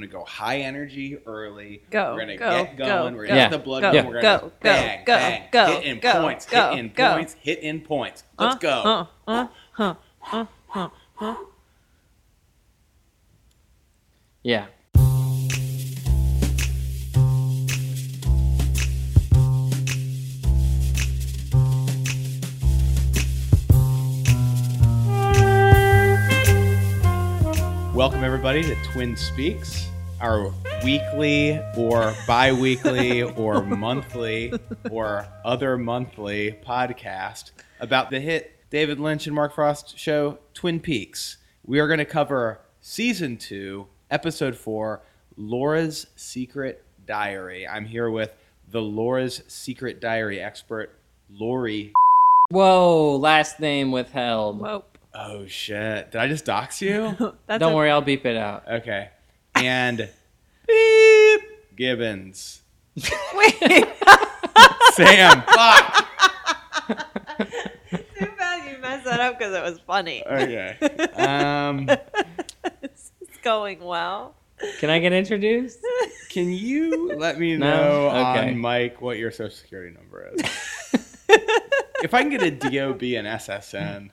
to go high energy early. Go, We're gonna go, get go, going. We're go, gonna get the blood go, going. We're gonna go, bang, go, bang, go, hit in go, points, go, hit in go. points, hit in points. Let's Uh, go. Uh, uh, huh, uh, huh. Yeah. Welcome everybody to Twin Speaks, our weekly or bi-weekly or monthly or other monthly podcast about the hit David Lynch and Mark Frost show Twin Peaks. We are going to cover season 2, episode 4, Laura's Secret Diary. I'm here with the Laura's Secret Diary expert, Lori. Whoa, last name withheld. Whoop. Oh shit. Did I just dox you? That's Don't a- worry, I'll beep it out. Okay. And beep Gibbons. Wait. Sam. Fuck. Too bad you messed that up because it was funny. Okay. Um, It's it's going well. Can I get introduced? can you let me No? know Okay. on Mike what your social security number is? if I can get a DOB and SSN.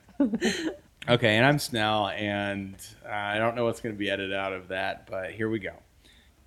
Okay, and I'm Snell, and uh, I don't know what's going to be edited out of that, but here we go.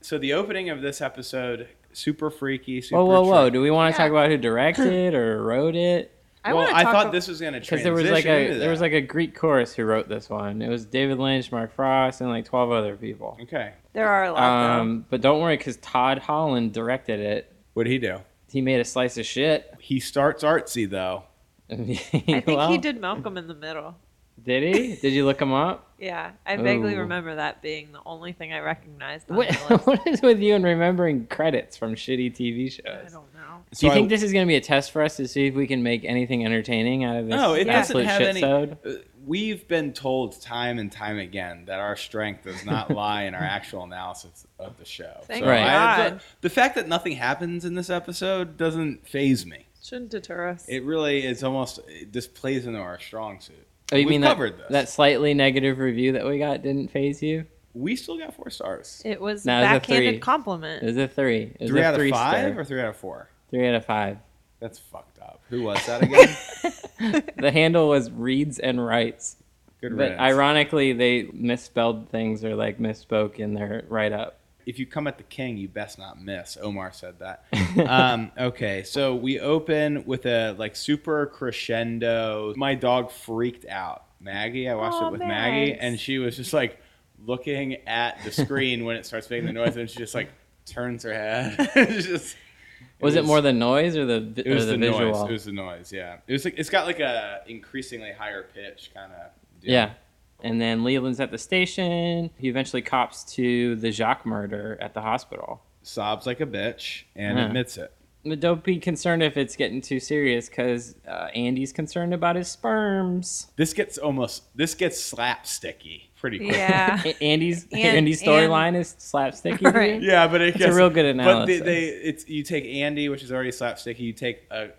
So the opening of this episode, super freaky, super. Whoa, whoa, whoa. trippy. Do we want to Yeah. talk about who directed or wrote it? well, wanna I talk thought ab- this was going to transition. Because there was like into a that. there was like a Greek chorus who wrote this one. It was David Lynch, Mark Frost, and like twelve other people. Okay. There are a lot. Um, but don't worry, because Todd Holland directed it. What did he do? He made a slice of shit. He starts artsy though. though. I think he did Malcolm in the Middle. Did he? Did you look him up? Yeah, I vaguely Ooh. remember that being the only thing I recognized. On What, the list. what is with you and remembering credits from shitty TV I shows? don't know. Do So you think I- this is going to be a test for us to see if we can make anything entertaining out of this? No, it doesn't absolute have any. shitsode? uh, We've been told time and time again that our strength does not lie in our actual analysis of the show. Thank Right. I- God. the fact that nothing happens in this episode doesn't phase me. Shouldn't deter us. It really is almost. It just plays into our strong suit. Oh, you We've mean covered that, this. that slightly negative review that we got didn't phase you? We still got four stars. It was No, it was a backhanded three. compliment. It was a three. It was Three a out three of five star. or three out of four. Three out of five. That's fucked up. Who was that again? The handle was reads and writes. Good But riddance. ironically, they misspelled things or like misspoke in their write up. if you come at the king, you best not miss. Omar said that. um, okay, so we open with a like super crescendo. My dog freaked out. Maggie, I watched Aw, it with Maggie, Mags. and she was just like looking at the screen when it starts making the noise, and she just like turns her head. It's just- Was it, more the noise or the vi- It was or the, the, visual? noise. It was the noise. Yeah, it was like it's got like a increasingly higher pitch kind of. Yeah. And then Leland's at the station. He eventually cops to the Jacques murder at the hospital. sobs like a bitch and Yeah. admits it. But don't be concerned if it's getting too serious because uh, Andy's concerned about his sperms. This gets almost this gets slapsticky pretty quick. yeah. A- Andy's And- Andy's storyline is slapsticky. to you? Right. Yeah, but it It's a gets, real good But analysis. they, they, it's you take Andy, which is already slapsticky. You take a,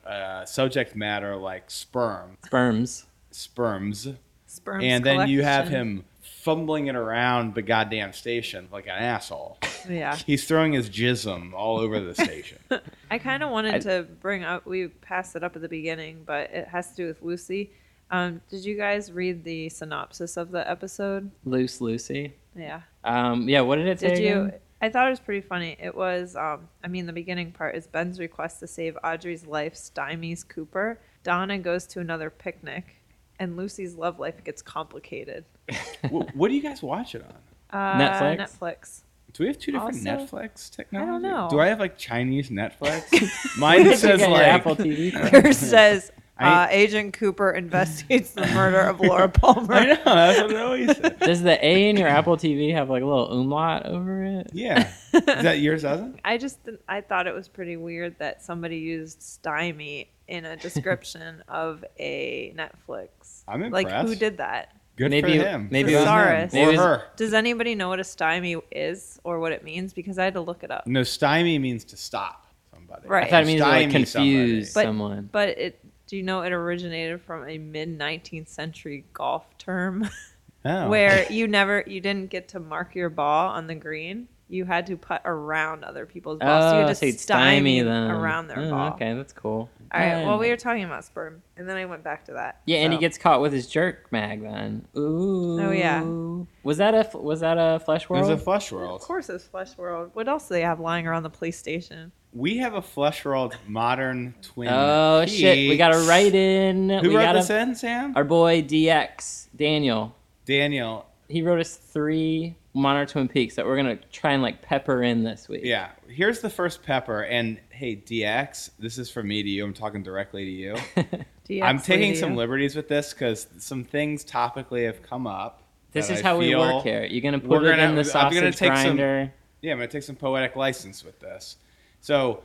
a subject matter like sperm, Sperms. sperms, Sperms and then you have collection. him fumbling it around the goddamn station like an asshole. Yeah. He's throwing his jism all over the station. I kind of wanted I- to bring up. We passed it up at the beginning, but it has to do with Lucy. Um, did you guys read the synopsis of the episode? Loose Lucy. Yeah. Um, yeah, what did it say? Did you? again? I thought it was pretty funny. It was, um, I mean, the beginning part is Ben's request to save Audrey's life stymies Cooper. Donna goes to another picnic, and Lucy's love life gets complicated. what, what do you guys watch it on? Uh, Netflix? Netflix. Do we have two different Also- Netflix technology? know. Do I have like Chinese Netflix? Mine You says got your like Apple TV. from? Yours says I- uh, Agent Cooper investigates the murder of Laura Palmer. I know that's what I always say. Does the A in your Apple TV have like a little umlaut over it? Yeah, is that yours, doesn't? I just didn't- I thought it was pretty weird that somebody used stymie in a description of a Netflix. I'm Like who impressed. did that? Good Maybe- for him. maybe Good it was- on Thesaurus. him. Maybe or it was- her. Does anybody know what a stymie is or what it means? Because I had to look it up. No, stymie means to stop somebody. Right. I thought it means to, like Stymie somebody. confuse But- someone. But it do you know it originated from a mid 19th century golf term Oh. where you never you didn't get to mark your ball on the green you had to put around other people's balls. so you had to you'd stymie, around their Oh, ball. Okay, that's cool. All right. Well, Dime. we were talking about sperm, and then I went back to that. Yeah, and he So- gets caught with his jerk mag then. Ooh. Oh, yeah. Was that a was that a flesh There's world? a flush Of world. course, it's Flesh World. What else do they have lying around the PlayStation? We have a flush world modern twin. oh shit, we got a peaks. write in. Who we wrote got this a, in, Sam? Our boy DX Daniel. Daniel. He wrote us three Monarch Twin Peaks that we're gonna try and like pepper in this week. Yeah. Here's the first pepper. And hey, DX, this is from me to you. I'm talking directly to you. DX I'm taking lady. some liberties with this because some things topically have come up. This that is I how we feel- work here. You're gonna we're put it gonna- in the I'm sausage gonna take some- grinder. Yeah, I'm gonna take some poetic license with this. So,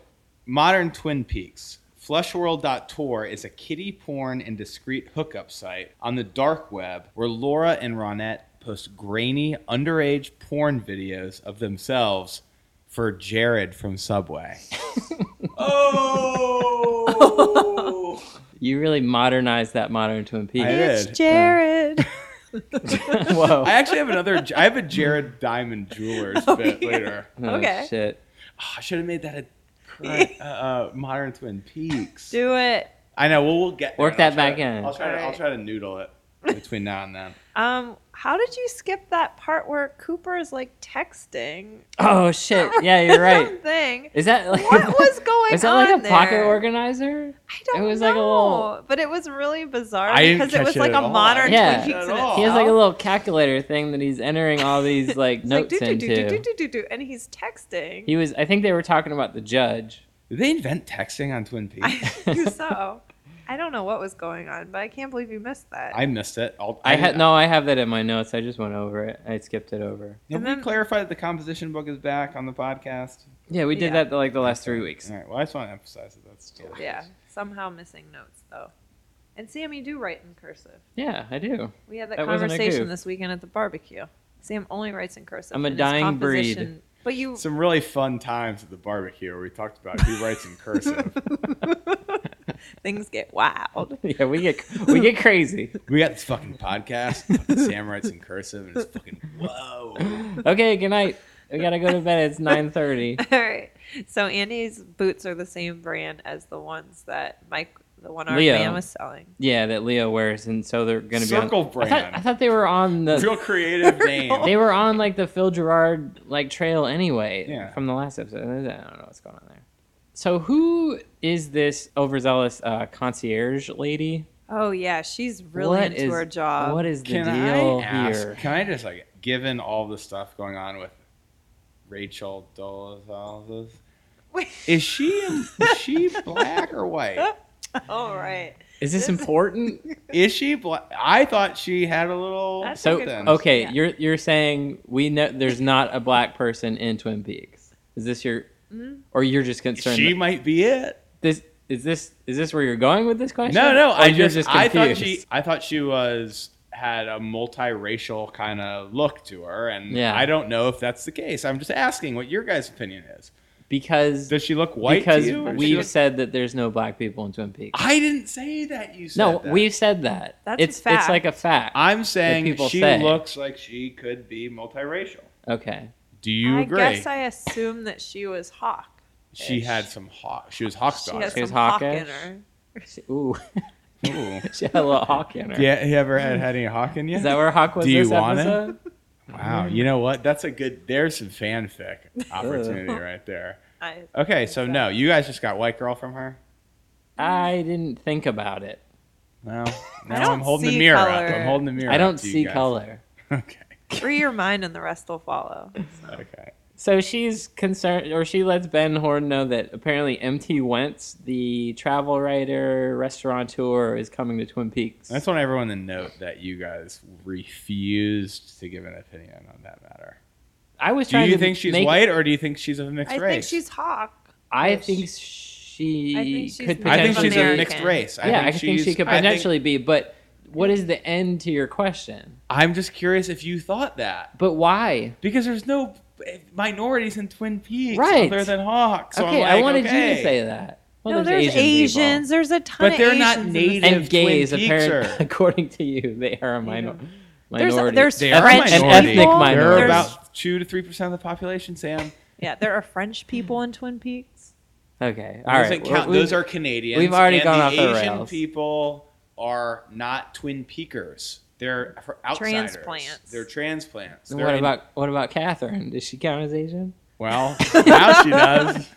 modern Twin Peaks. Flushworld.tor is a kiddie porn and discreet hookup site on the dark web where Laura and Ronette post grainy underage porn videos of themselves for Jared from Subway. oh! You really modernized that Modern Twin Peaks. I did. It's Jared. Hmm. Whoa. I actually have another. I have a Jared Diamond Jewelers Oh, bit yeah. later. Oh, Okay. Shit. Oh, I should have made that a current, uh, uh, modern Twin Peaks. Do it. I know. Well, we'll get there. Work that I'll try back to- in. I'll try. To, I'll Alright. try to noodle it between now and then. Um, how did you skip that part where Cooper is like texting? Oh shit. Yeah, you're right. Something. Is that like What was going Is that on like a there? pocket organizer? I don't It was know, like a little- but it was really bizarre I didn't because it catch was it like at a all. modern Yeah. Twin Peaks At in all. itself. He has like a little calculator thing that he's entering all these like It's notes like, do, do, do, do, into. do, do, do, and he's texting. He was. I think they were talking about the judge. Did they invent texting on Twin Peaks? I think so. I don't know what was going on, but I can't believe you missed that. I missed it. I'll, I had no. I have that in my notes. I just went over it. I skipped it over. Have And we then- clarified that the composition book is back on the podcast? Yeah, we did Yeah. that the, like the last three weeks. All right. Well, I just want to emphasize that that's still. yeah, somehow missing notes though. And Sam, you do write in cursive. Yeah, I do. We had that, That wasn't a conversation goof. this weekend at the barbecue. Sam only writes in cursive. I'm a and his dying breed. composition- But you, Some really fun times at the barbecue where we talked about who writes in cursive. things get wild. Yeah, we get we get crazy. we got this fucking podcast. Sam writes in cursive, and it's fucking whoa. Okay, good night. We gotta go to bed. It's nine thirty. All right. So Andy's boots are the same brand as the ones that Mike, the one armed Leo. man, was selling. Yeah, that Leo wears, and so they're gonna be on- Circle I thought, brand. I thought they were on the Real creative name. they were on like the Phil Gerard like trail anyway Yeah. from the last episode. I don't know what's going on there. So who is this overzealous uh, concierge lady? Oh yeah, she's really What into is- her job. What is the Can deal I ask, here? Can I just like, given all the stuff going on with Rachel Dolezal, Wait. is she is she black or white? All right. Is this This- important? Is she black? I thought she had a little. That's a so good something. question. okay, Yeah. you're you're saying we know there's not a black person in Twin Peaks. Is this your or you're just concerned? she that might be it. this is this is this where you're going with this question? No, no, Or I you're just, I thought she I thought she was had a multiracial kind of look to her, and Yeah. I don't know if that's the case. I'm just asking what your guys' opinion is. because Does she look white because to you? or does she we've look- said that there's no black people in Twin Peaks. I didn't say that. You said No, that. we've said that. That's a it's it's like a fact. I'm saying people she say. looks like she could be multiracial. okay. Do you I agree? guess I assume that she was Hawk. she had some hawk. She was hawk's She daughter. has She some was hawk in hawkish. her. She- Ooh, Ooh. she had a little hawk in her. Yeah, you ever had, had any hawk in you? Is that where hawk was Do you this want it? episode? wow, you know what? That's a good. There's some fanfic opportunity right there. I, Okay, so no, you guys just got white girl from her. I didn't think about it. No, I now don't I'm holding the see mirror up. color. I'm holding the mirror. I up don't to you see guys. color. Okay, free your mind and the rest will follow. okay. So she's concerned, or she lets Ben Horn know that apparently MT Wentz, the travel writer, restaurateur, is coming to Twin Peaks. I just want everyone to note that you guys refused to give an opinion on that matter. I was Do trying you to think she's make- white, or do you think she's of a mixed I race? think she's Hawk. I think she I think she's could not I think potentially she's a American. mixed race. I yeah, think I think she she's- could I think- potentially be, but what is the end to your question? I'm just curious if you thought that But why? because there's no minorities in Twin Peaks Right. other than Hawk. So okay, I'm like, I wanted you okay. to say that. Well, no, there's, Asians. Asians. people. There's a ton But of they're not Asians in this- native. and gays. Twin Peaks Apparently, are- according to you, they are a minor, There's minority. there's They are French minority. An ethnic people. minority. There are There's about two to three percent of the population, Sam. Yeah, there are French people in Twin Peaks. Okay. All Doesn't right. count. Well, Those are Canadians. we've already and gone the off the Asian rails. people are not Twin Peakers. They're for outsiders. Transplants. They're transplants. Then They're What in- about what about Catherine? Does she count as Asian? Well, now she does.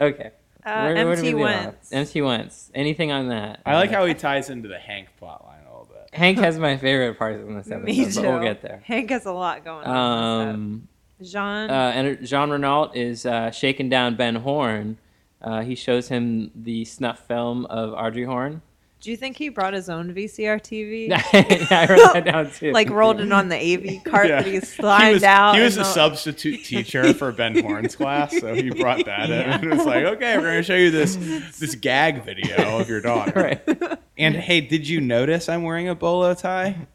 Okay. Uh, Where- where do we MT leave off? Wentz. MT Wentz. Anything on that? Uh, I like how he ties into the Hank plotline a little bit. Hank has my favorite parts in this episode, Me too. but we'll get there. Hank has a lot going on. in this Um, set. Jean. uh, and Jean Renault is uh, shaking down Ben Horn. Uh, he shows him the snuff film of Audrey Horn. do you think he brought his own VCR TV? yeah, I wrote that down too. like rolled it on the AV cart that Yeah. he slides he was, out. He was in a the- substitute teacher for Ben Horn's class, so he brought that in. And it's like, okay, we're going to show you this this gag video of your daughter. Right. And hey, did you notice I'm wearing a bolo tie?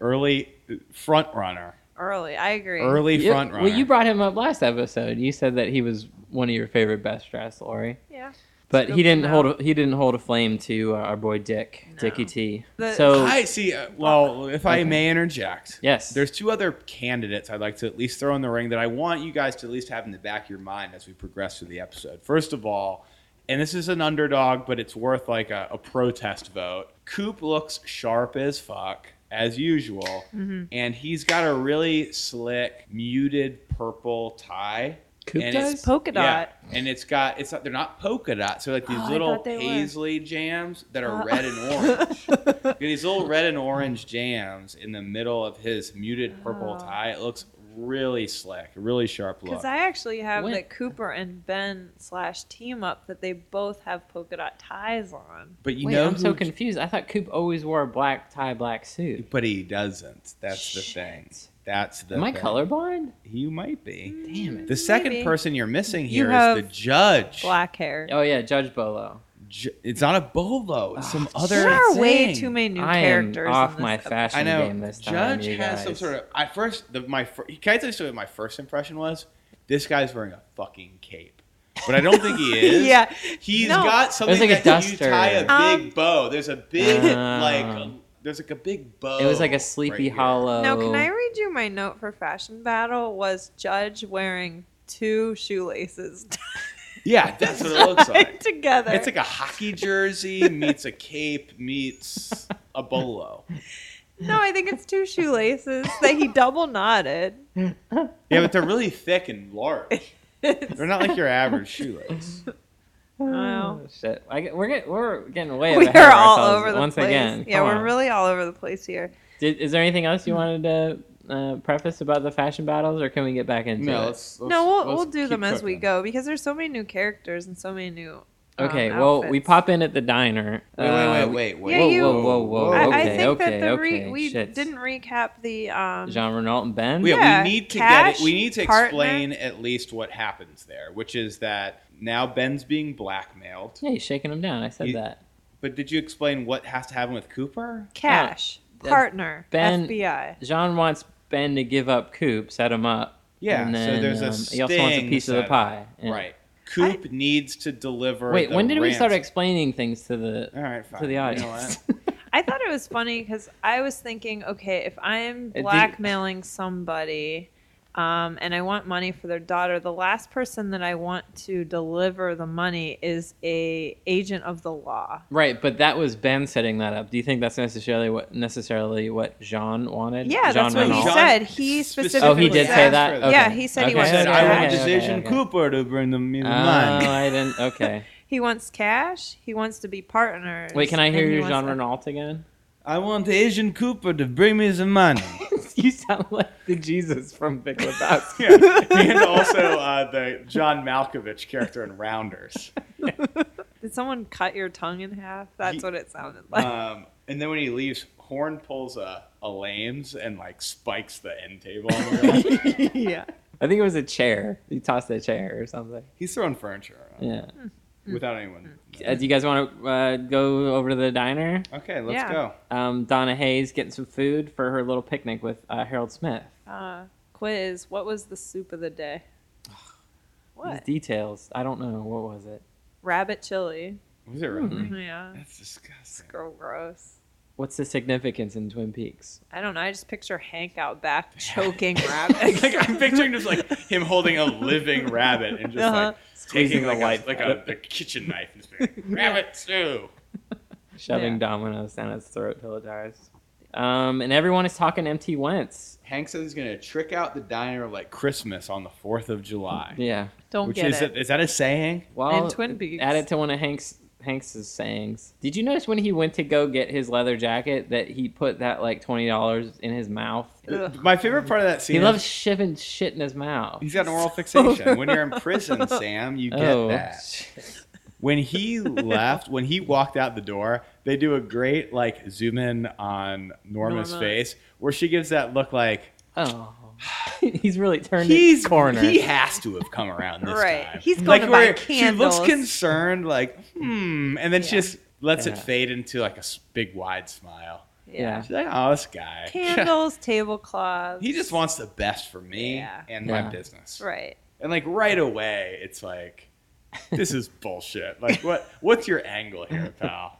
Early front runner. early. I agree. Early You- front runner. well, you brought him up last episode. You said that he was one of your favorite best dressed, Lori. Yeah. But Scoop he didn't him hold out. a, he didn't hold a flame to uh, our boy Dick, No. Dickie T. The- so I see. Uh, well, if I Okay. may interject. Yes. There's two other candidates I'd like to at least throw in the ring that I want you guys to at least have in the back of your mind as we progress through the episode. First of all, and this is an underdog, but it's worth like a, a protest vote. Coop looks sharp as fuck, as usual. Mm-hmm. And he's got a really slick, muted purple tie. Coop and does? it's- Polka yeah, dot. and it's got it's not, they're not polka dots. They're like these Oh, I little thought they were. paisley jams that are Oh. red and orange. Got these little red and orange jams in the middle of his muted purple Oh. tie. It looks really slick, really sharp look. Because I actually have When- that Cooper and Ben slash team up that they both have polka dot ties on. but you Wait, know I'm who, so confused. I thought Coop always wore a black tie, black suit. but he doesn't. That's Shit. the thing. That's the Am I thing. colorblind? You might be. Damn it. The second Mm, Maybe. person you're missing You here is have the judge. Black hair. Oh yeah, Judge Bolo. Ju- it's not a bolo. It's some Oh, other. there are way thing. too many new I am characters. off in this my episode. fashion I know. game this time. Judge you has some guys. sort of. I first the my fir- can I tell you sort of my first impression was this guy's wearing a fucking cape, but I don't think he is. Yeah. he's No. got something like a that you duster. tie a big Um, bow. There's a big Ah. like um, there's like a big bow. It was like oh, a right Sleepy here. Hollow. Now, can I read you my note for fashion battle? Was Judge wearing two shoelaces Yeah, that's what it looks tied like. together? It's like a hockey jersey meets a cape meets a bolo. no, I think it's two shoelaces that he double knotted. Yeah, but they're really thick and large. They're not like your average shoelace. Wow. Oh, shit. I get, we're, get, we're getting way we ahead of are all ourselves over the once place. again. yeah, Come we're on. really all over the place here. Did, is there anything else you wanted to uh, preface about the fashion battles, or can we get back into No, it? let's, let's- no, we'll let's we'll do keep them as we cooking. go because there's so many new characters and so many new. um, Okay, well, we outfits. pop in at the diner. Wait, Uh, wait, wait, wait, wait. Yeah, Whoa, you- whoa, whoa, whoa. I, I Okay, think okay, that the re- okay, we shit. didn't recap the um, Jean Renault and Ben. Yeah, Yeah, we need to cash, get it. We need to partner. explain at least what happens there, which is that now Ben's being blackmailed. Yeah, he's shaking him down. I said You- that. But did you explain what has to happen with Cooper? cash uh, partner Ben- FBI. Jean wants Ben to give up Coop, set him up. Yeah, and so then, there's a um, He also wants a sting piece of the set. pie. Yeah. Right. Coop needs to deliver. Wait, the when did we start ransom. explaining things to the All right, fine. to the You know audience? what? I thought it was funny because I was thinking, okay, if I'm did- blackmailing somebody um, and I want money for their daughter, the last person that I want to deliver the money is a agent of the law. Right, but that was Ben setting that up. Do you think that's necessarily what necessarily what Jean wanted? Yeah, Jean that's what he Renault. said. He Specifically specifically Oh, he did say said, that. asked for Okay. Yeah, he said he He Okay, said, okay, "I okay, want okay, decision okay. Cooper to bring the me the Oh, money." I didn't. Okay. He wants cash. He wants to be partners. Wait, can I hear and he your wants Jean to- Renault again? I want Asian Cooper to bring me the money. you sound like the Jesus from Big Lebowski. yeah. And also uh, the John Malkovich character in Rounders. Did someone cut your tongue in half? That's He- what it sounded like. Um, and then when he leaves, Horn pulls a, a lames and like spikes the end table. On the ground. yeah. I think it was a chair. He tossed a chair or something. He's throwing furniture around Yeah. Mm-hmm. without anyone. Mm-hmm. Uh, do you guys want to uh, go over to the diner? Okay, let's Yeah. go. Um, Donna Hayes getting some food for her little picnic with uh, Harold Smith. Uh, quiz. What was the soup of the day? These What? details. I don't know. What was it? Rabbit chili. Hmm. Was it really? Yeah. That's disgusting. So gross. what's the significance in Twin Peaks? I don't know. I just picture Hank out back choking rabbits. like I'm picturing just like him holding a living rabbit and just Uh-huh. like taking Squeezing the like life a, like out a, of a kitchen knife and just like, rabbit stew. Shoving Yeah. dominoes down its throat till it dies. Um, and everyone is talking MT Wentz. Hank says he's gonna trick out the diner like Christmas on the Fourth of July. Yeah. don't Which get is it. is that a saying? Well, And Twin Peaks. Add it to one of Hank's Hanks's sayings. Did you notice when he went to go get his leather jacket that he put that like twenty dollars in his mouth? Ugh. My favorite part of that scene. He is loves shoving shit in his mouth. He's got an oral fixation. when you're in prison, Sam, you get oh, that. shit. When he left, when he walked out the door, they do a great like zoom in on Norma's Norma. face where she gives that look like oh. he's really turned he's his corner. He has to have come around this Right. time. He's like going to buy where She candles. looks concerned, like hmm, and then she Yeah. just lets it Yeah. fade into like a s- big wide smile. yeah. She's like, oh, this guy. Candles, tablecloths. he just wants the best for me Yeah. and Yeah. my business. Right. And like right away, it's like, this is bullshit. Like what? What's your angle here, pal?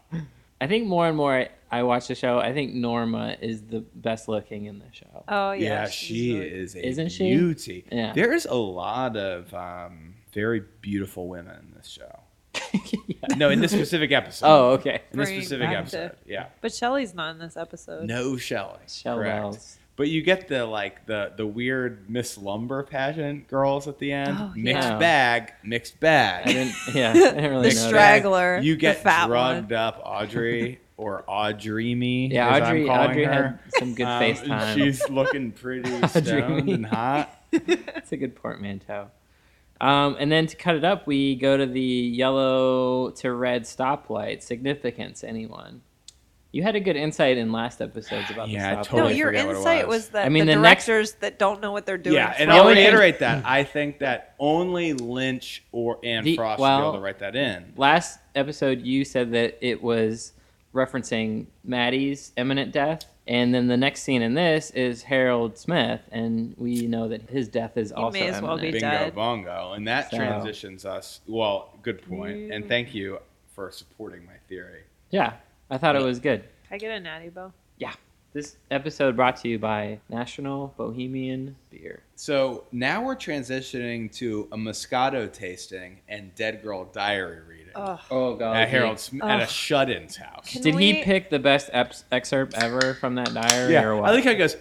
I think more and more I, I watch the show. I think Norma is the best looking in the show. Oh yeah. yeah, she's she really- is a Isn't she? beauty. Yeah. There's a lot of um, very beautiful women in this show. Yeah. No, in this specific episode. Oh, okay. in this Bring specific back to- episode. Yeah. But Shelley's not in this episode. No Shelley. Shell Correct. Wells. But you get the like the the weird Miss Lumber pageant girls at the end. Oh, mixed yeah. bag, mixed bag. I didn't. Yeah, I didn't really The know. Mixed that. bag, straggler, You the get fat drugged up, Audrey or Audrey me. Yeah, as Audrey. I'm calling Audrey her. had some good Um, face and time. She's looking pretty Audrey stoned me. and hot. That's a good portmanteau. Um, and then to cut it up, we go to the yellow to red stoplight. Significance, anyone? You had a good insight in last episodes about Yeah, I the stoplight. No, totally your forget what it insight was. was that I mean, the, the next- directors that don't know what they're doing. yeah, and The I'll only thing- reiterate that. I think that only Lynch or Anne The- Frost should be well- able to write that in. Last episode, you said that it was referencing Maddie's imminent death, and then the next scene in this is Harold Smith, and we know that his death is also may as well imminent. be- Bingo dead. bongo. And that So- transitions us. Well, good point, And thank you for supporting my theory. Yeah, I thought it was good. Can I get a natty bow. This episode brought to you by National Bohemian Beer. So now we're transitioning to a Moscato tasting and Dead Girl Diary reading Ugh. Oh god, at Harold Sm- at a Ugh. shut-in's house. Can Did he we- pick the best eps- excerpt ever from that diary Yeah, or what? I like how he goes.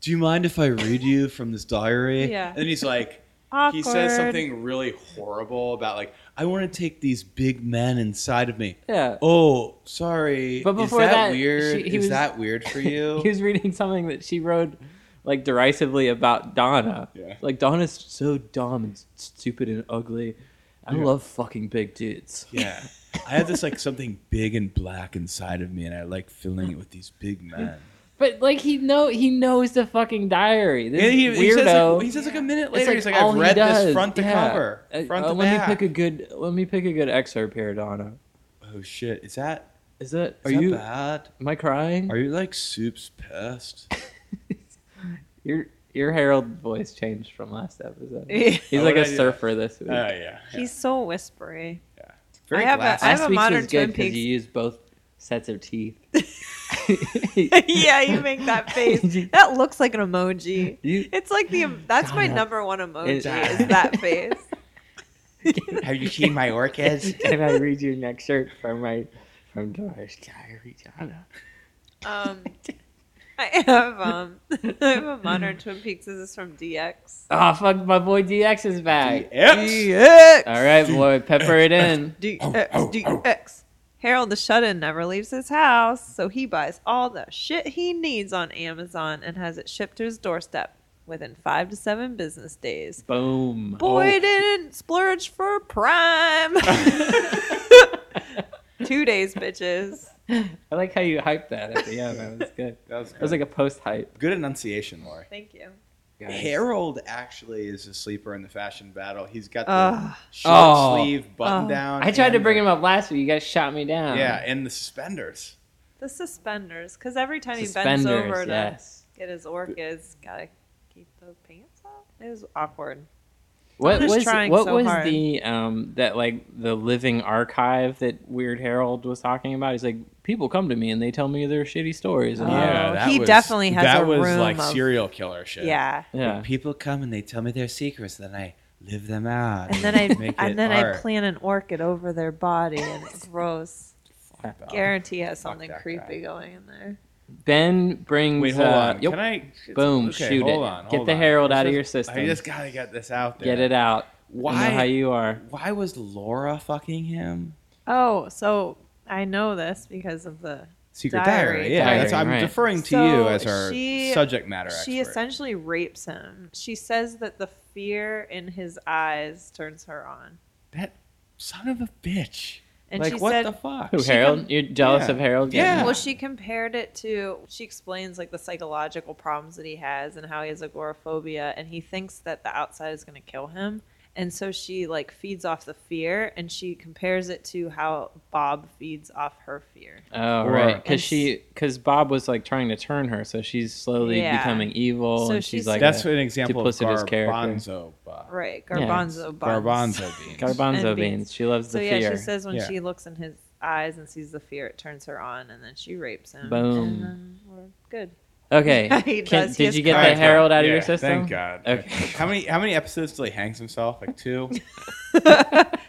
Do you mind if I read you from this diary? Yeah. And then he's like, Awkward. he says something really horrible about like, I want to take these big men inside of me. yeah. Oh, sorry. But before is that, that, weird? she- he is was- that weird for you? he was reading something that she wrote like derisively about Donna. Yeah. Like Donna's so dumb and stupid and ugly. I Yeah. love fucking big dudes. yeah. I have this like something big and black inside of me, and I like filling it with these big men. But like he know he knows the fucking diary. This And he, weirdo. he says, like, he says like a minute It's later, he's like, all I've he read does. this front to Yeah. cover, Uh, front uh, to let back. me pick a good. Let me pick a good excerpt here, Donna. oh shit, is that? Is that? Are is that you bad? bad? Am I crying? Are you like soup's pest? your your Harold voice changed from last episode. Yeah. He's Oh, like what a did I do? surfer this week. Oh yeah, He's so whispery. Very I have a- glassy. I have Last a week's modern was good Twin Peaks. you used both sets of teeth. yeah, you make that face. That looks like an emoji. You- It's like the that's my Donna. number one emoji It- is that face. Have you seen my orchids? Can I read you next shirt from my from Doris Diary, Donna? Um, I have um, I have a modern Twin Peaks. This is from DX. Oh fuck, my boy DX is back. DX. All right, boy, pepper it in. DX, DX. uh, Harold the Shut In never leaves his house, so he buys all the shit he needs on Amazon and has it shipped to his doorstep within five to seven business days. Boom. Boy, didn't splurge for Prime. Oh. Two days, bitches. I like how you hyped that at the end. That was good. That was, It was like a post hype. good enunciation, Lori. Thank you. Harold actually is a sleeper in the fashion battle. He's got the Ugh. short Oh. sleeve button Ugh. down. I tried to and bring the- him up last week. You guys shot me down. Yeah, and the suspenders. The suspenders, because every time he bends over Suspenders. to Yes. get his orchids, gotta keep the pants off. It was awkward. What Someone is was trying what so was hard. the um that like the living archive that Weird Harold was talking about? He's like, people come to me and they tell me their shitty stories. And Oh, yeah, yeah, that he was, definitely has that a was room like of- serial killer shit. Yeah. yeah. People come and they tell me their secrets, then I live them out. And then I make it and then art. I plant an orchid over their body and it's gross. Fuck off. Guarantee has Oh, Fuck something that creepy guy. going in there. Ben brings. Wait, hold uh, on. yep, Can I? Boom, Okay, shoot hold it. on, Get hold the on. Harold This out of is- your system. I just gotta get this out there. get it out. I know how Why? you are. Why was Laura fucking him? Oh, so I know this because of the Secret diary. Diary. Yeah, Diary, that's, I'm right. deferring to So you as our she- subject matter expert. she essentially rapes him. She says that the fear in his eyes turns her on. that son of a bitch. And like she what said the fuck? Who She Harold? com- You're jealous Yeah. of Harold? Yeah. Well, she compared it to. She explains like the psychological problems that he has and how he has agoraphobia, and he thinks that the outside is going to kill him. And so she like feeds off the fear, and she compares it to how Bob feeds off her fear. Oh Or- right, And because she because Bob was like trying to turn her, so she's slowly Yeah. becoming evil, So and she's, she's- like That's a an example of duplicitous character. garbanzo. Bob. Right, Yeah. garbanzo buns. Garbanzo beans. garbanzo and beans. beans. She loves So the yeah, fear. she says when Yeah. she looks in his eyes and sees the fear, it turns her on, and then she rapes him. Boom. And then we're good. okay, He Can- does, he did has you get All the right, Harold out of yeah, your system? Thank God. Okay. How many how many episodes till he hangs himself? Like two.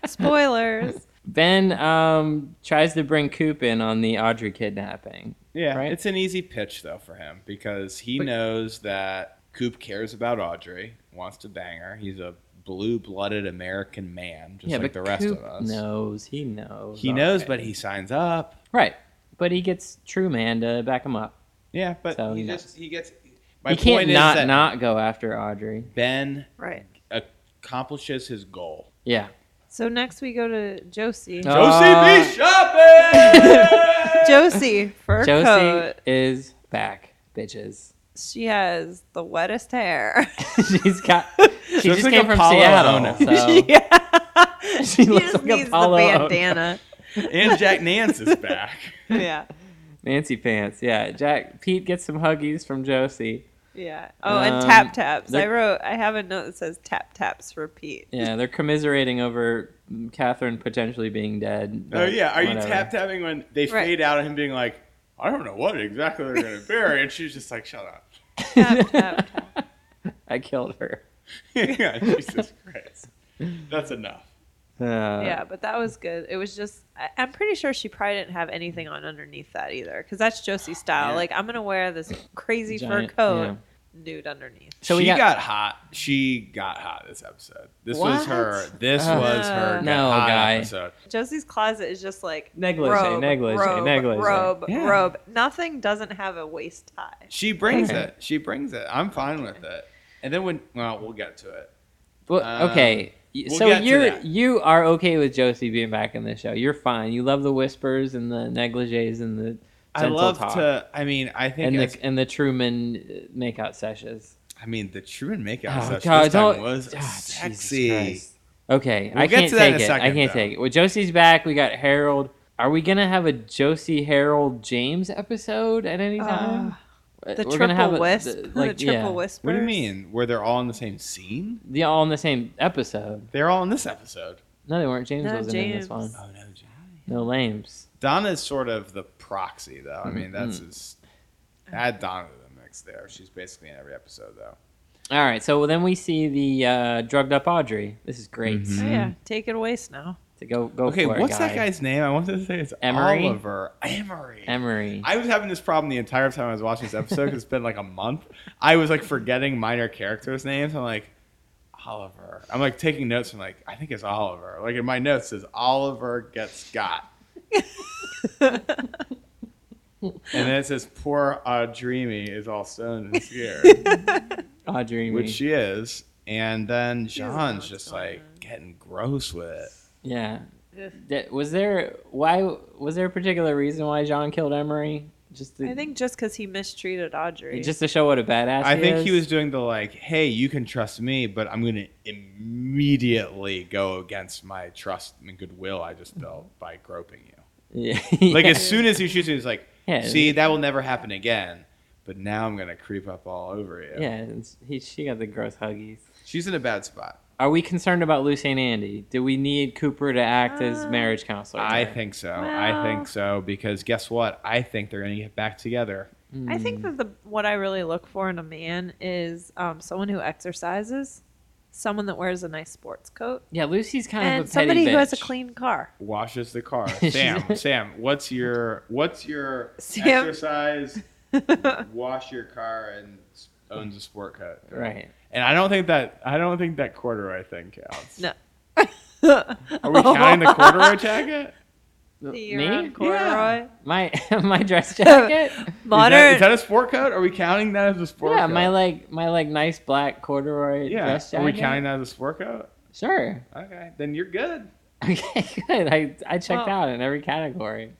Spoilers. Ben um, tries to bring Coop in on the Audrey kidnapping. Yeah, Right? it's an easy pitch though for him because he But- knows that Coop cares about Audrey, wants to bang her. He's a blue-blooded American man, just yeah, like but the rest Coop of us. knows. He knows. He knows, already. but he signs up. right. But he gets True Man to back him up. Yeah, but So he he just he gets. My he can't point not is that not go after Audrey. Ben right. accomplishes his goal. Yeah. So next we go to Josie. Oh. Uh, Josie B. Shopping. Josie fur Josie coat. is back, bitches. She has the wettest hair. She's got. She looks just like came from Apollo Seattle. Ono. So. yeah. She looks just like needs Apollo the Ono. bandana. and Jack Nance is back. yeah. Nancy pants. Yeah. Jack Pete gets some huggies from Josie. Yeah. Oh, and Um, tap taps. I they're- wrote. I have a note that says tap taps repeat. Yeah, they're commiserating over Catherine potentially being dead. Oh but yeah, are you whatever. tap tapping when they Right. fade out and him being like, I don't know what exactly they're gonna bury, and she's just like, shut up. Tap tap tap. I killed her. yeah, Jesus Christ, that's enough. Uh, yeah, but that was good. It was just. I, I'm pretty sure she probably didn't have anything on underneath that either, because that's Josie's style. Yeah. Like I'm gonna wear this crazy Giant- fur coat, yeah. nude underneath. So she we got, got, hot. She got hot this episode. This was What? her. This Uh, was her. No, hot guy. Episode. Josie's closet is just like Negligee, robe, negligee, robe, negligee. robe, Yeah. robe. Nothing doesn't have a waist tie. She brings Okay. it. She brings it. I'm fine with it. And then when, well, we'll get to it. well, uh, okay. Y- we'll so get to you're that. you are okay with Josie being back in the show. You're fine. You love the whispers and the negligees and the I gentle love talk to. I mean, I think. and as- the and the Truman uh, makeout sessions. I mean, the Truman makeout Oh, session God, this time don't- was Ah, Jesus sexy. Christ. Okay, We'll I get can't to that in take a it. I second, can't though. take it. Well, Josie's back. We got Harold. Are we gonna have a Josie Harold James episode at any time? Ah, The Uh, We're triple gonna have a- wisp. the- the triple yeah, whisper. What do you mean? Were they all in the same scene? They're all in the same episode. They're all in this episode. No, they weren't. James No, wasn't in this James. one. Oh no, John. No lames. Donna's sort of the proxy, though. I mean, that's his. Add Donna to the mix there. She's basically in every episode, though. All right, so then we see the uh, drugged up Audrey. This is great. Oh, yeah, take it away, Snow. To go go Mm-hmm. Okay, for it, what's that Oh, guy. guy's name? I wanted to say it's Emery? Oliver. Emery. Emery. I was having this problem the entire time I was watching this episode 'cause it's been like a month. I was like forgetting minor characters' names. I'm like, Oliver. I'm like taking notes and like, I think it's Oliver. Like in my notes it says Oliver gets got. And then it says poor Audrey is all stoned and scared, Audrey. which she is. And then doesn't know John's what's just going like on. getting gross with it. yeah. Ugh. That- was there why was there a particular reason why John killed Emery? Just to, I think just because he mistreated Audrey. just to show what a badass. I think is? he was doing the like, hey, you can trust me, but I'm going to immediately go against my trust and goodwill I just built by groping you. Yeah. Like, as soon as he shoots me, he's like, Yeah. see, that will never happen again. But now I'm going to creep up all over you. yeah, it's- he, she got the gross huggies. She's in a bad spot. Are we concerned about Lucy and Andy? Do we need Cooper to act as Uh, marriage counselor? I think so. I think so because guess what? I think they're going to get back together. I think Hmm. that the what I really look for in a man is um, someone who exercises, someone that wears a nice sports coat, Hmm. Yeah, Lucy's kind of a and petty somebody who has a bitch. clean car. Washes the car. Sam, Sam, what's your what's your Sam. exercise? Wash your car and s- owns a sport car. Right. And I don't think that I don't think that corduroy thing counts. No. Are we counting the corduroy jacket? Me? corduroy. My my dress jacket. Is Modern. that, is that a sport coat? Are we counting that as a sport yeah, coat? my like my like nice black corduroy uh, yeah. dress jacket. Are we counting that as a sport coat? Sure. Okay, then you're good. Okay, good. I I checked Well- out in every category.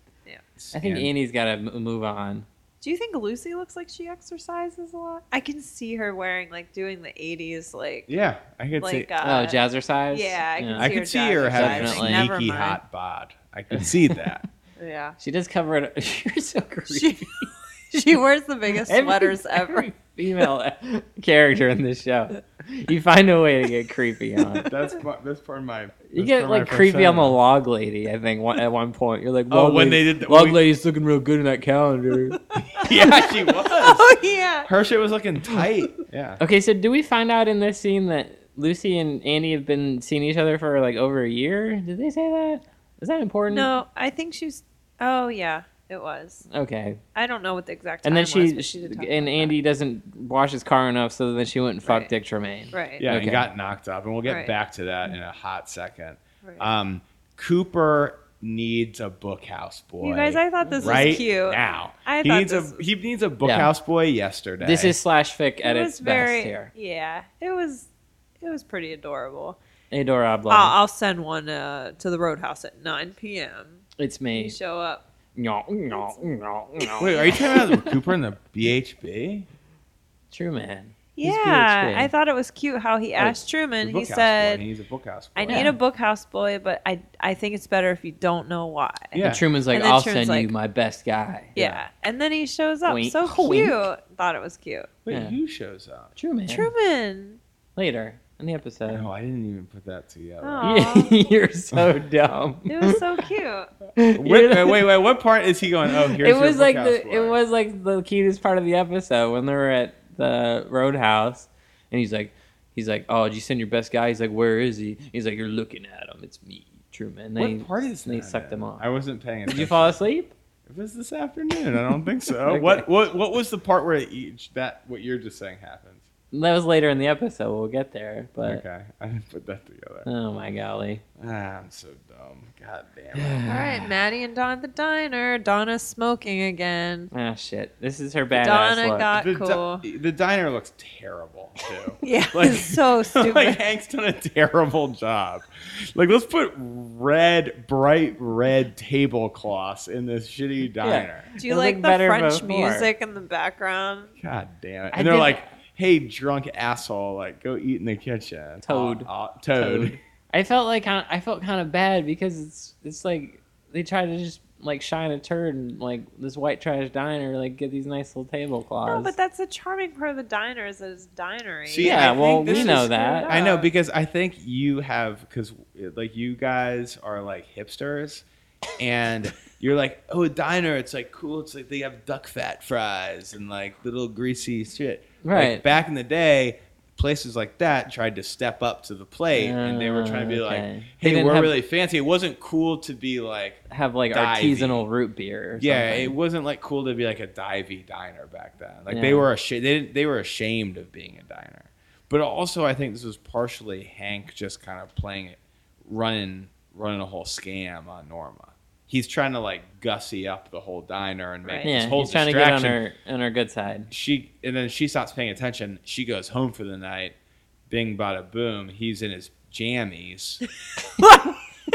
I think Annie's got to m- move on. Do you think Lucy looks like she exercises a lot? I can see her wearing like doing the '80s like Yeah, I could see. like uh, Oh, jazzercise. yeah, I can I could see her having a Definitely. Never sneaky mind. hot bod. I could see that. yeah. She does cover it. You're so creepy. She, she wears the biggest Every- sweaters ever. every female character in this show. You find a way to get creepy on. That's part, that's part of my. You that's part get of my like creepy on the persona. log lady. I think one, at one point you're like, Oh, "Log when lady- they did the- log we- lady's looking real good in that calendar." yeah, she was. oh yeah. Her shit was looking tight. Yeah. okay, so do we find out in this scene that Lucy and Andy have been seeing each other for like over a year? Did they say that? Is that important? No, I think she's. Oh yeah, it was. Okay. I don't know what the exact. Time And then was, she, but she did talk and about Andy doesn't wash his car enough, so then she went and fucked Right. Dick Tremaine. that. Right. Yeah, Okay. and got knocked up, and we'll get Right. back to that in a hot second. right. Um, Cooper needs a bookhouse boy. you guys, I thought this right was cute. now. I he thought needs this a was- he needs a bookhouse boy yesterday. This is slash It fic at was its very. best here. Yeah, it was. It was pretty adorable. Adora Oblong. I'll, I'll send one uh, to the Roadhouse at 9 p.m. it's You me. show up. No, no, no, no. Wait, are you talking about Cooper and the BHB? True man. He's Yeah, PhD. I thought it was cute how he asked Truman. The He bookhouse boy. said, he needs a bookhouse boy. "I need Yeah. a bookhouse boy, but I I think it's better if you don't know why." Yeah. And Truman's like, And then I'll Truman's send you like- my best guy. Yeah. And then he shows up. Wink, so cute. wink. Thought it was cute. Wait, Yeah. who shows up? Truman. Truman. Later in the episode. No, I didn't even put that together. Oh. Uh, Yeah, You're so dumb. It was so cute. Wait, You're wait, the- wait, wait, What part is he going? Oh, here's it your was like bookhouse the boy. it was like the cutest part of the episode when they were at the roadhouse and he's like he's like oh did you send your best guy he's like where is he he's like you're looking at him it's me Truman and What part is and they that sucked in? him off I wasn't paying did attention. you fall asleep It was this afternoon. I don't think so. Okay. What what what was the part where each that what you're just saying happens? that was later in the episode we'll get there but okay, I didn't put that together. oh my golly Ah, I'm so dumb. God damn it. All right, Maddie and Don at the diner. Donna's smoking again. ah shit this is her badass Donna look. got The, di- cool. the diner looks terrible too. Yeah, Like- so stupid. like Hank's done a terrible job. Like let's put red, bright red tablecloths in this shitty diner. Do you It like looked the better French before. music in the background? God damn it! I And they're did- like, "Hey, drunk asshole, like go eat in the kitchen." Toad. Aw, aw, toad. Toad. I felt like I I felt kind of bad because it's it's like they try to just like shine a turd and like this white trash diner like get these nice little tablecloths. No, but that's the charming part of the diner is that it's dinery. See, yeah, I think well this we know is- that. I know Yeah. because I think you have because like you guys are like hipsters, and you're like, oh, a diner. It's like cool. It's like they have duck fat fries and like little greasy shit. Like, Right. back in the day, places like that tried to step up to the plate, and they were trying to be Ah, okay. like, hey, They didn't we're have- really fancy. It wasn't cool to be like. Have like Divey. artisanal root beer. Or Yeah, something. it wasn't like cool to be like a divey diner back then. Like Yeah. they were ashamed. They, didn't- they were ashamed of being a diner. But also, I think this was partially Hank just kind of playing it, running running a whole scam on Norma. He's trying to like gussy up the whole diner and make Right. this yeah. whole He's trying to get on distraction. her on her good side. She and then she stops paying attention. She goes home for the night. Bing bada boom. He's in his jammies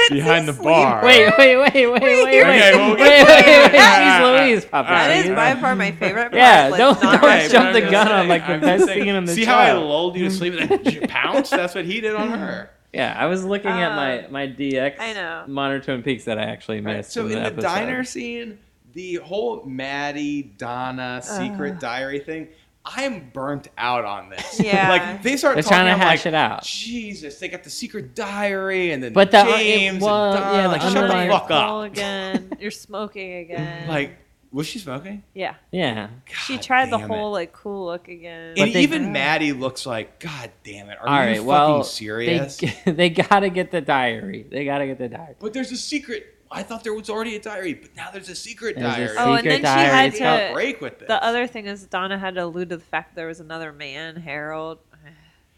behind the asleep. bar. Wait, wait, wait, wait, wait, wait, you're- Okay, well, wait, we'll wait, get- wait, Ah, wait. She's Louise, Papa. That That is Yeah. by far my favorite. Part. Yeah, Let's don't- not don't rush jump it. the but I'm gun just on, like, the I'm best just saying, scene in the See how I show. lulled you to sleep and then j- pounce? That's what he did on her. Yeah, I was looking at my Um, my DX I know. monitor Twin Peaks that I actually missed. So in the episode. diner scene, the whole Maddie Donna secret diary thing, I'm burnt out on this. Yeah. like they start They're talking, trying to I'm hash like, it out. Jesus, they got the secret diary and then But the- it James was- and Don, yeah, the like shut underlying- the fuck Alcohol up. again. You're smoking again. Like, was she smoking? yeah, Yeah. she God tried the damn it. whole like cool look again. But And they- even Maddie looks like, God damn it, are All you right. fucking Well, serious? they they gotta get the diary. They gotta get the diary. but there's a secret. I thought there was already a diary, but now there's a secret There's a diary. oh, and Secret then she diary, had it's Take a to. break with this. The other thing is Donna had to allude to the fact there was another man, Harold.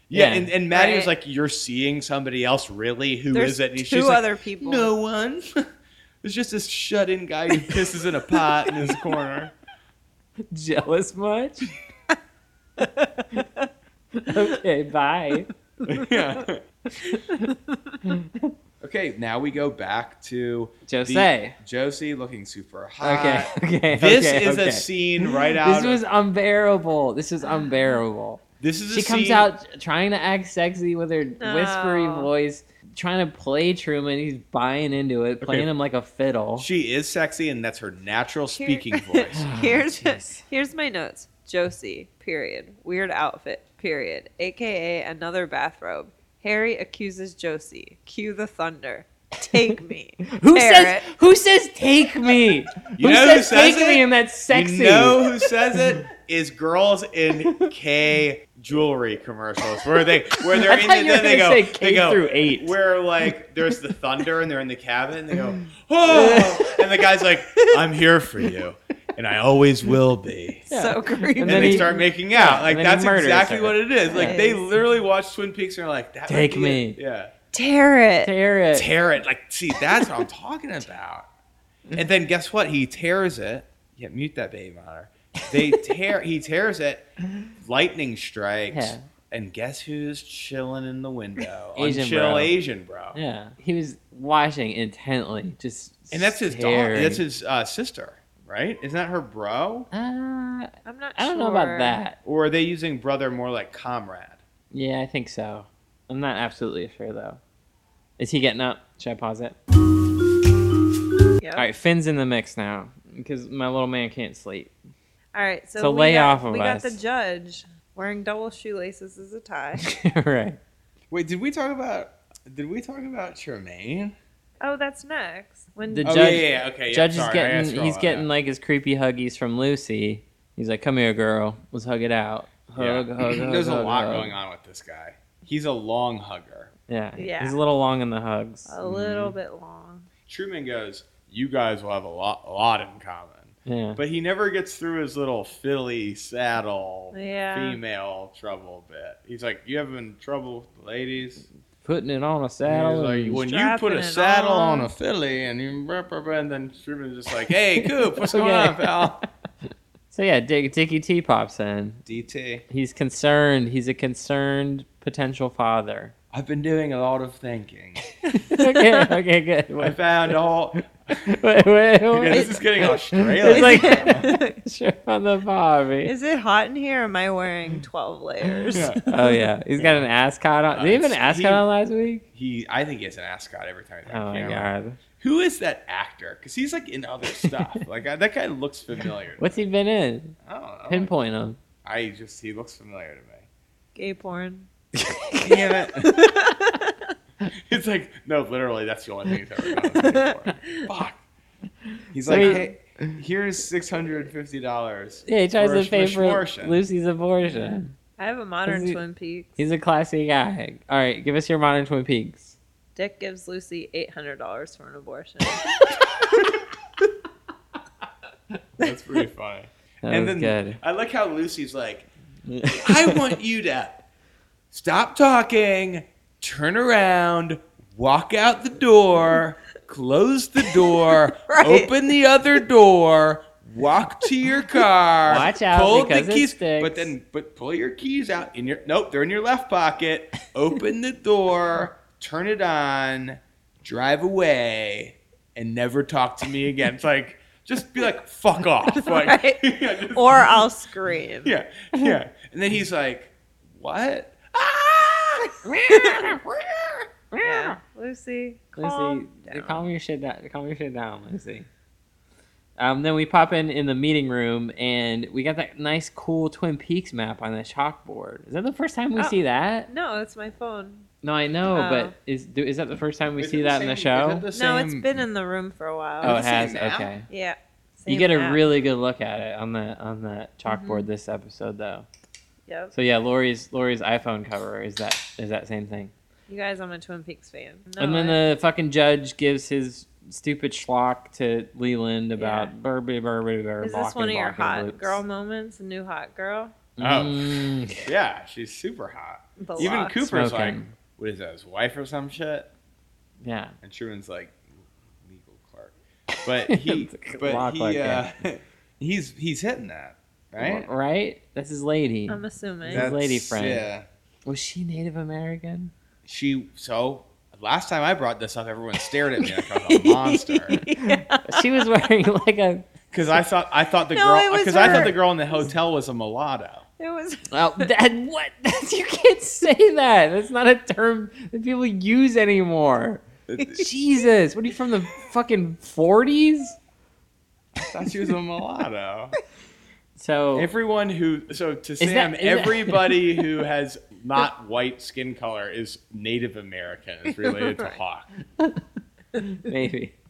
yeah, Yeah. And, and Maddie was Right. like, "You're seeing somebody else, really? Who is There's it?" And two she's like, other people. No one. There's just this shut-in guy who pisses in a pot in his corner. Jealous much? okay. Bye. yeah. Okay, now we go back to Jose. the- Josie looking super hot. okay. Okay. Uh, This okay, is okay. a scene right out. This was unbearable. This is unbearable. this is a she comes scene- out trying to act sexy with her whispery No. voice, trying to play Truman. He's buying into it, playing him like a fiddle. She is sexy, and that's her natural Here- speaking voice. here's Oh, jeez. here's my notes. Josie, period. Weird outfit, period. AKA another bathrobe. Harry accuses Josie. Cue the thunder. Take me. Who Parrot. says who says take me? You who, know who says says take it? me and that's sexy? You know who says it is girls in K jewelry commercials where they where they're I in thought the, you were then they go gonna say they K go through eight. where like there's the thunder and they're in the cabin and they go Mm. oh and the guy's like I'm here for you and I always will be Yeah. So creepy. and, then they he- start making out yeah, like and then he that's murders exactly her. what it is like Yeah. they literally watch Twin Peaks and are like that might Take be me. it. yeah Tear it. Tear it. tear it like see that's what I'm talking about and then guess what? He tears it. Yeah, mute that baby monitor. They tear. he tears it. Lightning strikes. Yeah. And guess who's chilling in the window? Asian Unchill bro. Asian bro. Yeah, he was watching intently, just And that's his daughter. staring. That's his uh, sister, right? Isn't that her bro? Uh, I I'm not don't sure. know about that. Or are they using brother more like comrade? Yeah, I think so. I'm not absolutely sure though. Is he getting up? Should I pause it? Yep. All right, Finn's in the mix now because my little man can't sleep. All right, so, So we lay got, off of We us. got the judge wearing double shoelaces as a tie. right. Wait, did we talk about? Did we talk about Tremaine? oh, that's next. When The Oh judge- yeah, yeah, yeah, okay. Yeah, Judge sorry, is I gotta getting scroll he's on getting that. like his creepy huggies from Lucy. He's like, "Come here, girl. Let's hug it out. Hug, Yeah. hug, hug." There's a hug, lot hug. going on with this guy. He's a long hugger. Yeah. Yeah. Oh. He's a little long in the hugs. a little Mm. bit long. Truman goes, "You guys will have a lot, a lot in common," Yeah. but he never gets through his little Philly saddle Yeah. female trouble bit. He's like, "You having trouble, with the ladies?" Putting it on a And saddle. he's and- like, "When you strapping put a it saddle on. on." a Philly," and, you, blah, blah, blah, and then Truman's just like, "Hey, Coop, what's going Okay. on, pal?" So yeah, Dick, Dickie T pops in. DT, He's concerned. He's a concerned potential father. I've been doing a lot of thinking. okay. Okay. Good. I Wait. found all. Wait. Wait. Okay, wait. this is getting Australian. It's like Is sure on the Bobby. it hot in here? Or am I wearing twelve layers? Yeah. Oh yeah, he's got an ascot on. Did he have an Uh, ascot he- on last week? He, I think he has an ascot every time. he's on Oh my camera. god, Who is that actor? Because he's like in other stuff. like I, that guy looks familiar. what's he been in? I don't know. Pinpoint him. I just he looks familiar to me. Gay porn. Damn it! it's like no, literally, that's the only thing he's ever done. before. Fuck. He's So like, he- hey, here's six hundred fifty dollars. Yeah, he tries For to pay for Schmortion. Lucy's abortion. I have a modern Is it- Twin Peaks. He's a classy guy. All right, give us your modern Twin Peaks. Dick gives Lucy eight hundred dollars for an abortion. That's pretty funny. That and was then good. I like how Lucy's like, I want you to stop talking, turn around, walk out the door, close the door, Right. open the other door, walk to your car, Watch out pull the because it keys, sticks. but then but pull your keys out in your nope, they're in your left pocket. Open the door, turn it on, drive away, and never talk to me again. It's like just be like fuck off, like Right. yeah, just- or I'll scream. yeah, yeah. And then he's like, "What?" Yeah. Lucy. Lucy, Calm calm, down. your shit down. Calm your shit down, Lucy. Um, then we pop in in the meeting room, and we got that nice, cool Twin Peaks map on the chalkboard. Is that the first time we Oh. see that? No, that's my phone. No, I know, Oh. but is do, is that the first time we Is it see the that in same- the is show? it the No, it's same- been in the room for a while. oh, the it has. same map? Okay. Yeah. you same get a app. really good look at it on the on the chalkboard Mm-hmm. this episode, though. Yep. So yeah, Lori's Lori's iPhone cover is that is that same thing. You guys, I'm a Twin Peaks fan. No, and then I- the fucking judge gives his stupid schlock to Leland about Yeah. burr, burr, burr, burr, burr, is this blocking, one of your blocking hot loops. girl moments? New hot girl. Mm. Yeah, she's super hot. The Even locks. Cooper's like, Smoking. what is that, his wife or some shit? Yeah. And Truman's like, legal clerk. But he, It's a but clock he, like uh, that. he's he's hitting that, right? Right? That's his lady. I'm assuming. That- lady friend. Yeah. Was she Native American? She so last time I brought this up, everyone stared at me like I was a monster Yeah. She was wearing like a. because I thought I thought the No, it girl was because I her. thought the girl in the hotel was a mulatto. It was. Oh, that, what? you can't say that. That's not a term that people use anymore. Jesus. What are you from the fucking 40s? I thought she was a mulatto. So. Everyone who so to that- Sam, is that- everybody who has not white skin color is Native American. Is related to Right. Hawk. maybe.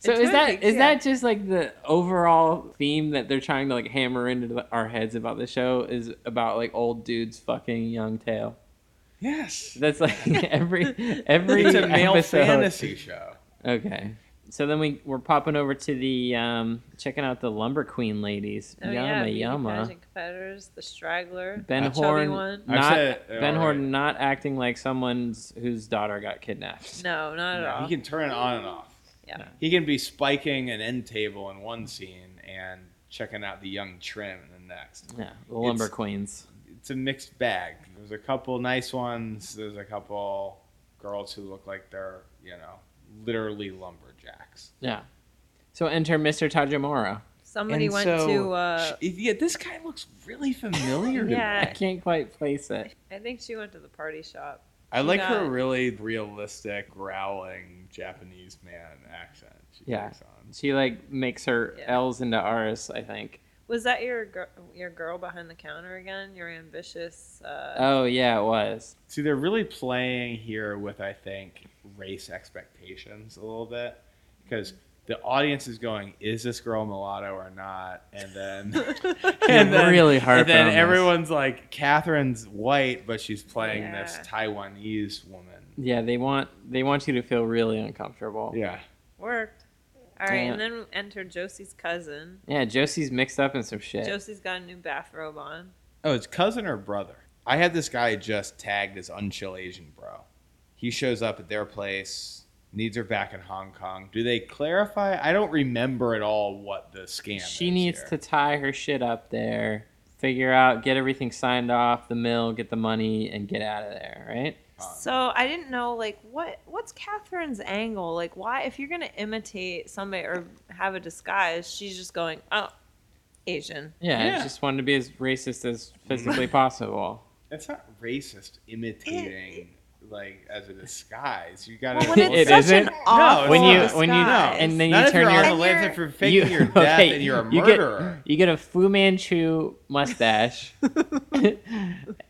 So It is could that is be, yeah. that just like the overall theme that they're trying to like hammer into the, our heads about the show is about like old dudes fucking young tail. Yes, That's like every every it's a male episode. fantasy show. Okay. So then we we're popping over to the um checking out the lumber queen ladies. Oh, yeah, yama Beauty yama. Pageant competitors, the straggler, Ben the chubby Horn One. I've not said it Ben already. Horn not acting like someone's whose daughter got kidnapped. No, not at Yeah, all. He can turn it on and off. yeah. He can be spiking an end table in one scene and checking out the young trim in the next. Yeah, the lumber It's- queens. It's a mixed bag. There's a couple nice ones. There's a couple girls who look like they're you know literally lumberjacks. Yeah. So enter Mr. Tajimura. Somebody And went so- to. Uh, Sh- yeah, this guy looks really familiar. to me. I yeah, can't quite place it. I think she went to the party shop. I like Yeah. her really realistic, growling Japanese man accent. She Yeah. takes on. She like makes her Yeah. L's into R's, I think. Was that your gir- your girl behind the counter again? Your ambitious. Uh, Oh yeah, it was. See, they're really playing here with, I think, race expectations a little bit because the audience is going, "Is this girl mulatto or not?" And then, and then, really hard. and then everyone's like, "Catherine's white, but she's playing this Yeah. Taiwanese woman." Yeah, they want they want you to feel really uncomfortable. Yeah. Yeah, worked. All right, Yeah. and then enter Josie's cousin. Josie's mixed up in some shit. Josie's got a new bathrobe on. Oh, it's cousin or brother. I had this guy just tagged as unchill Asian bro. He shows up at their place. Needs her back in Hong Kong. Do they clarify? I don't remember at all what the scam. she is needs here. to tie her shit up there, figure out, get everything signed off, the mill, get the money, and get out of there, right? Uh, So I didn't know like what what's Catherine's angle? Like why if you're gonna imitate somebody or have a disguise, she's just going, Oh, Asian. Yeah, Yeah. I just wanted to be as racist as physically possible. That's not racist imitating like as a disguise. You gotta. Well, when it's It such isn't? an awful When you- disguise. when you- no, and then not you if turn you're your- on the list for faking your death okay, and you're a you get- murderer. You get, a Fu Manchu mustache, and you know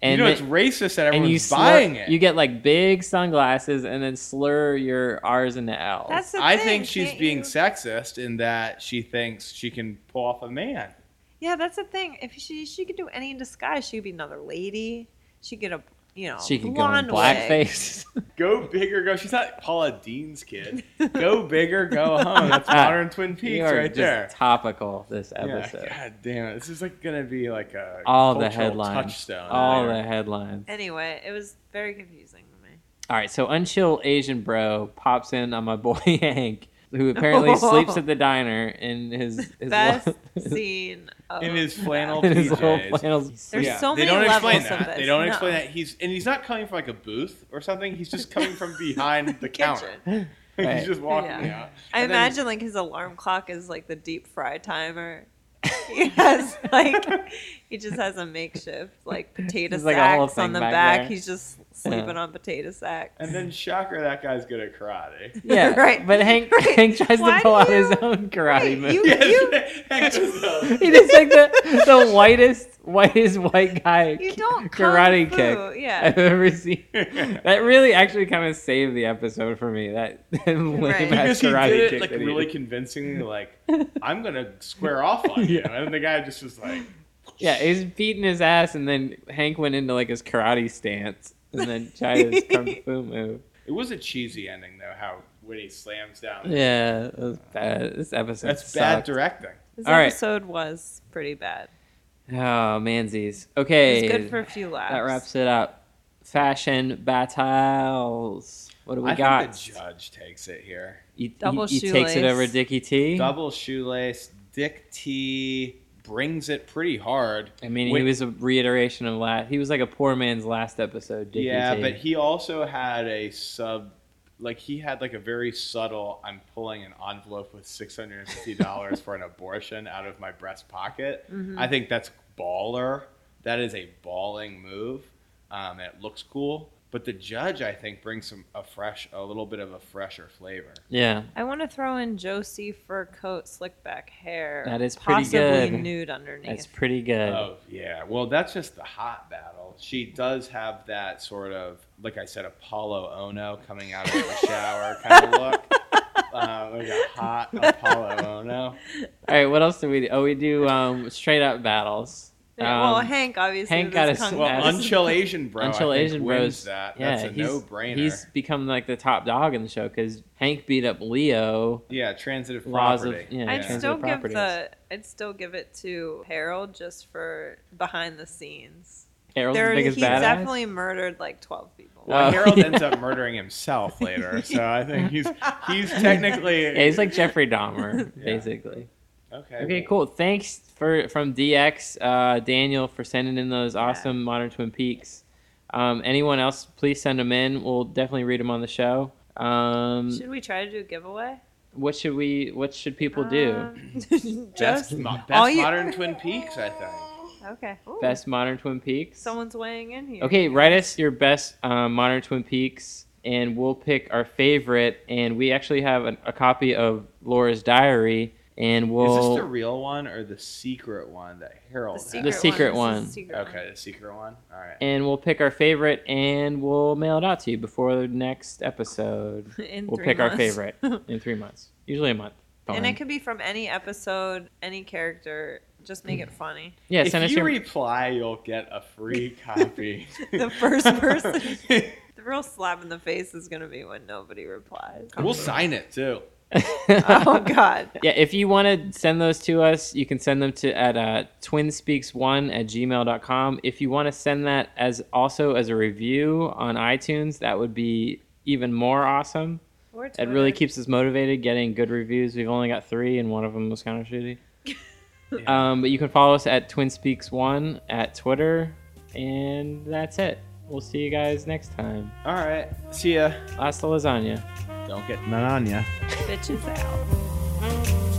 then- it's racist that and everyone's you slur, buying it. You get like big sunglasses, and then slur your R's into L's. That's the I thing, think she's can't being you- sexist in that she thinks she can pull off a man. Yeah, that's the thing. If she she could do any disguise, she could be another lady. She could get a you know she could go blonde in wig. blackface. Go bigger, go. She's not Paula Dean's kid. Go bigger, go home. That's modern Twin Ah, you Peaks are right just there. topical this Yeah, episode. God damn it! This is like gonna be like a All the cultural headlines. touchstone. All later. the headlines. Anyway, it was very confusing to me. All right, so unchill Asian bro pops in on my boy Hank, who apparently sleeps at the diner in his his, Best lo- scene of in his flannel in his little PJs. flannels. There's so they many don't explain levels that. of this. They don't No. explain that. He's and he's not coming from like a booth or something. He's just coming from behind the counter. kitchen. Right. He's just walking Yeah. out. I And then- imagine like his alarm clock is like the deep fry timer. He has like he just has a makeshift like potato There's, like, a whole sacks on thing the back back. there. He's just sleeping on potato sacks. And then shocker, that guy's good at karate. Yeah, Right. But Hank Right. Hank tries Why to pull do out his you- own karate Wait, move. you- yes, heck was up. He just like the the whitest whitest white guy you ki- don't karate kung kick fu, Yeah. I've ever seen. That really actually kind of saved the episode for me. That, that lame Because ass he karate did kick. it like that he really did. convincingly, like I'm gonna square off on you, and the guy just was like, Yeah, he's beating his ass, and then Hank went into like his karate stance, and then tried his kung fu move. it was a cheesy ending though. How when he slams down, Yeah, that was bad. This episode that's bad sucked. directing. This All right. episode was pretty bad. Oh, manzies. It Okay, was good for a few laughs. that wraps it up. Fashion battles. What do we I got? think the judge takes it here. He- he- Double he, takes it shoelace. over Dickie T. I Double shoelace. Dick T brings it pretty hard. mean, Wait- he was a reiteration of last. He was like a poor man's last episode. Dickie yeah, T. but he also had a sub. Like he had like a very subtle. I'm pulling an envelope with six hundred and fifty dollars for an abortion out of my breast pocket. Mm-hmm. Mm. I think that's baller. That is a balling move. Um, and it looks cool. But the judge, I think, brings some a fresh, a little bit of a fresher flavor. yeah, I want to throw in Josie fur coat, slick back hair. That is pretty possibly good. nude underneath. that's pretty good. Oh yeah, well that's just the hot battle. She does have that sort of, like I said, Apollo Ono coming out of the shower kind of look. Uh, like a hot Apollo Ono. All right, what else do we do? Oh, we do um, straight up battles. Yeah, well, Um, Hank obviously. Hank was got a kung Well, Yes. fu. Unchill Asian Bro. Until I think, Asian wins Bros. That. Yeah, That's a he's- no brainer. He's become like the top dog in the show because Hank beat up Leo. Yeah, transitive Laws of- property. yeah, I'd Transitive still give properties. the. I'd still give it to Harold just for behind the scenes. Harold's There, the he biggest badass. definitely murdered like twelve people. Wow. Well, Oh, Harold yeah. ends up murdering himself later, so I think he's he's technically yeah, he's like Jeffrey Dahmer, Yeah. basically. okay. Okay, cool. Thanks for from DX uh, Daniel for sending in those Yeah. awesome modern Twin Peaks. Um, anyone else, please send them in. We'll definitely read them on the show. Um, Should we try to do a giveaway? what should we? What should people Um, do? do. Best, just mo- all best you- modern Twin Peaks, I think. okay. Ooh, Best modern Twin Peaks. Someone's weighing in here. Okay, write us your best um, modern Twin Peaks, and we'll pick our favorite. And we actually have an, a copy of Laura's diary, and we'll. Is this the real one or the secret one that Harold? The has? secret, The secret one. This one. is the secret one. Okay, the secret one. All right. and we'll pick our favorite and we'll mail it out to you before the next episode. In we'll three pick our months. favorite in three months, usually a month. And Fine. it could be from any episode, any character. Just make it funny. yeah, send if us you your reply, you'll get a free copy. The first person. The real slap in the face is going to be when nobody replies. we'll sign it too. oh God. yeah. If you want to send those to us, you can send them to at uh, twinspeaks1 at gmail.com. If you want to send that as also as a review on iTunes, that would be even more awesome. Or It Twitter. really keeps us motivated getting good reviews. We've only got three, and one of them was kind of shitty. Yeah. Um, but you can follow us at TwinSpeaks1 at Twitter. And that's it. We'll see you guys next time. All right. See ya. Hasta lasagna. Don't get none on ya. bitches out.